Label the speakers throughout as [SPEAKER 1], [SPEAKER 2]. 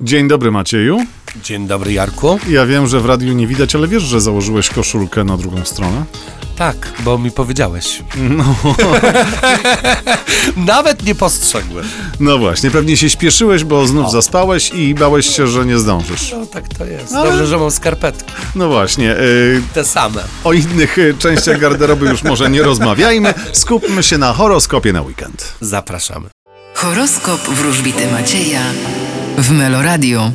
[SPEAKER 1] Dzień dobry Macieju.
[SPEAKER 2] Dzień dobry, Jarku.
[SPEAKER 1] Ja wiem, że w radiu nie widać, ale wiesz, że założyłeś koszulkę na drugą stronę?
[SPEAKER 2] Tak, bo mi powiedziałeś.
[SPEAKER 1] No,
[SPEAKER 2] Nawet nie postrzegłem.
[SPEAKER 1] no właśnie, pewnie się śpieszyłeś, bo znów zaspałeś i bałeś się, że nie zdążysz.
[SPEAKER 2] No tak to jest.
[SPEAKER 1] Ale-
[SPEAKER 2] Dobrze, że mam skarpetki.
[SPEAKER 1] No właśnie, y,
[SPEAKER 2] Te same.
[SPEAKER 1] o innych y, częściach garderoby już może nie rozmawiajmy. Skupmy się na horoskopie na weekend.
[SPEAKER 2] Zapraszamy.
[SPEAKER 3] Horoskop wróżbity Macieja w Meloradio.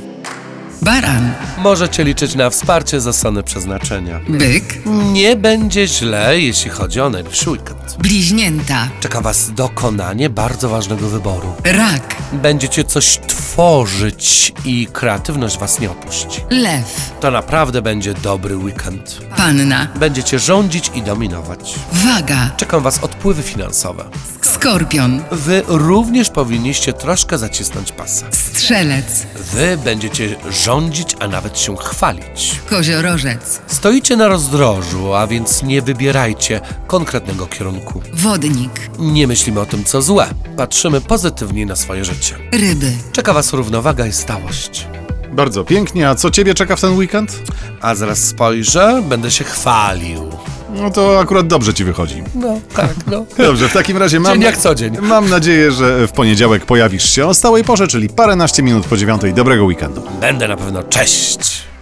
[SPEAKER 3] Baran,
[SPEAKER 2] Możecie liczyć na wsparcie za same przeznaczenia.
[SPEAKER 3] byk,
[SPEAKER 2] Nie będzie źle, jeśli chodzi o najbliższy weekend.
[SPEAKER 3] bliźnięta,
[SPEAKER 2] Czeka Was dokonanie bardzo ważnego wyboru.
[SPEAKER 3] rak,
[SPEAKER 2] Będziecie coś tworzyć i kreatywność Was nie opuści.
[SPEAKER 3] lew,
[SPEAKER 2] To naprawdę będzie dobry weekend.
[SPEAKER 3] panna,
[SPEAKER 2] Będziecie rządzić i dominować.
[SPEAKER 3] waga,
[SPEAKER 2] Czekam Was odpływy finansowe.
[SPEAKER 3] skorpion,
[SPEAKER 2] Wy również powinniście troszkę zacisnąć pasa.
[SPEAKER 3] strzelec,
[SPEAKER 2] Wy będziecie rządzić, a nawet się chwalić.
[SPEAKER 3] koziorożec,
[SPEAKER 2] Stoicie na rozdrożu, a więc nie wybierajcie konkretnego kierunku.
[SPEAKER 3] wodnik,
[SPEAKER 2] Nie myślimy o tym, co złe. Patrzymy pozytywnie na swoje życie.
[SPEAKER 3] ryby.
[SPEAKER 2] Czeka Was równowaga i stałość.
[SPEAKER 1] Bardzo pięknie, a co ciebie czeka w ten weekend?
[SPEAKER 2] A zaraz spojrzę, będę się chwalił.
[SPEAKER 1] No to akurat dobrze ci wychodzi.
[SPEAKER 2] No, tak, no.
[SPEAKER 1] Dobrze, w takim razie mam...
[SPEAKER 2] Dzień jak co dzień.
[SPEAKER 1] Mam nadzieję, że w poniedziałek pojawisz się o stałej porze, czyli paręnaście minut po dziewiątej. Dobrego weekendu.
[SPEAKER 2] Będę na pewno. Cześć!